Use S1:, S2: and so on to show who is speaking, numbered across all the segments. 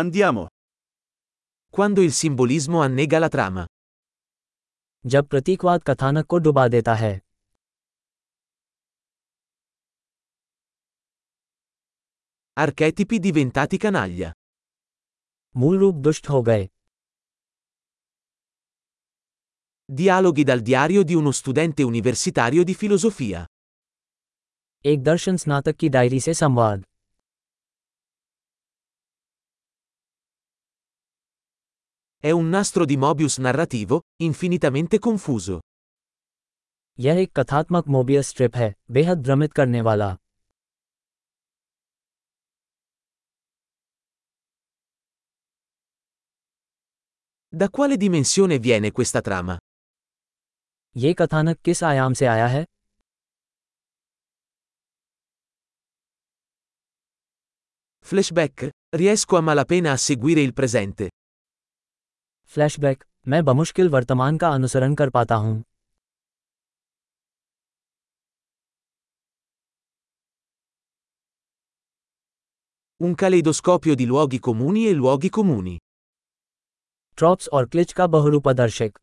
S1: Andiamo. Quando il simbolismo annega la trama.
S2: जब प्रतीकवाद कथानक को डुबा देता है
S1: Archetipi diventati canaglia.
S2: मूल रूप दुष्ट हो गए
S1: Dialoghi dal diario di uno studente universitario di filosofia.
S2: एक दर्शन स्नातक की डायरी से संवाद
S1: È un nastro di Mobius narrativo, infinitamente confuso.
S2: यह एक कथात्मक मोबियस स्ट्रिप है बेहद भ्रमित करने वाला
S1: Da quale dimensione viene questa trama?
S2: ये कथानक किस आयाम से आया है
S1: Flashback? Riesco a malapena a seguire il presente.
S2: Flashback मैं बमुश्किल वर्तमान का अनुसरण कर पाता हूँ
S1: Un caleidoscopio di luoghi comuni e luoghi comuni.
S2: Tropes और क्लिच का बहुरूपदर्शक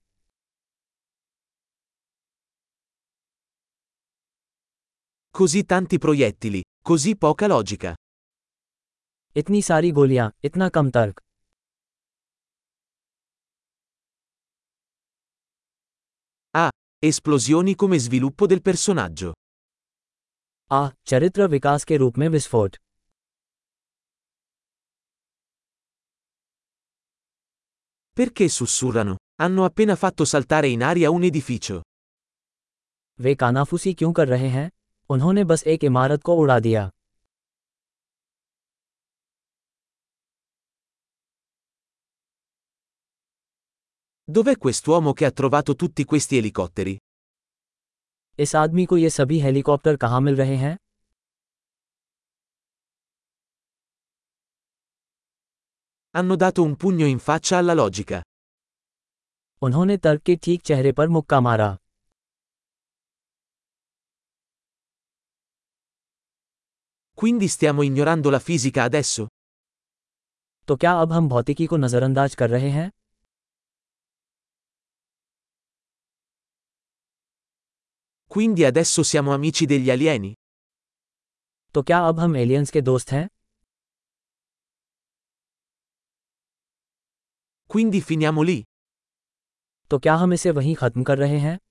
S1: Così tanti proiettili, così poca logica.
S2: इतनी सारी गोलियाँ इतना कम तर्क
S1: Esplosioni come sviluppo del personaggio.
S2: आ चरित्र विकास के रूप में विस्फोट
S1: Perché sussurrano? Hanno appena fatto saltare in aria un edificio.
S2: वे कानाफूसी क्यों कर रहे हैं उन्होंने बस एक इमारत को उड़ा दिया
S1: Dov'è quest'uomo che ha trovato tutti questi elicotteri?
S2: इस आदमी को ये सभी हेलीकॉप्टर कहाँ मिल रहे हैं
S1: Hanno dato un pugno in faccia alla logica.
S2: उन्होंने तर्क के ठीक चेहरे पर मुक्का मारा
S1: Quindi stiamo ignorando la fisica adesso?
S2: तो क्या अब हम भौतिकी को नज़रअंदाज कर रहे हैं
S1: Quindi adesso siamo amici degli alieni?
S2: तो क्या अब हम एलियंस के दोस्त हैं
S1: Quindi finiamo lì?
S2: तो क्या हम इसे वहीं ख़त्म कर रहे हैं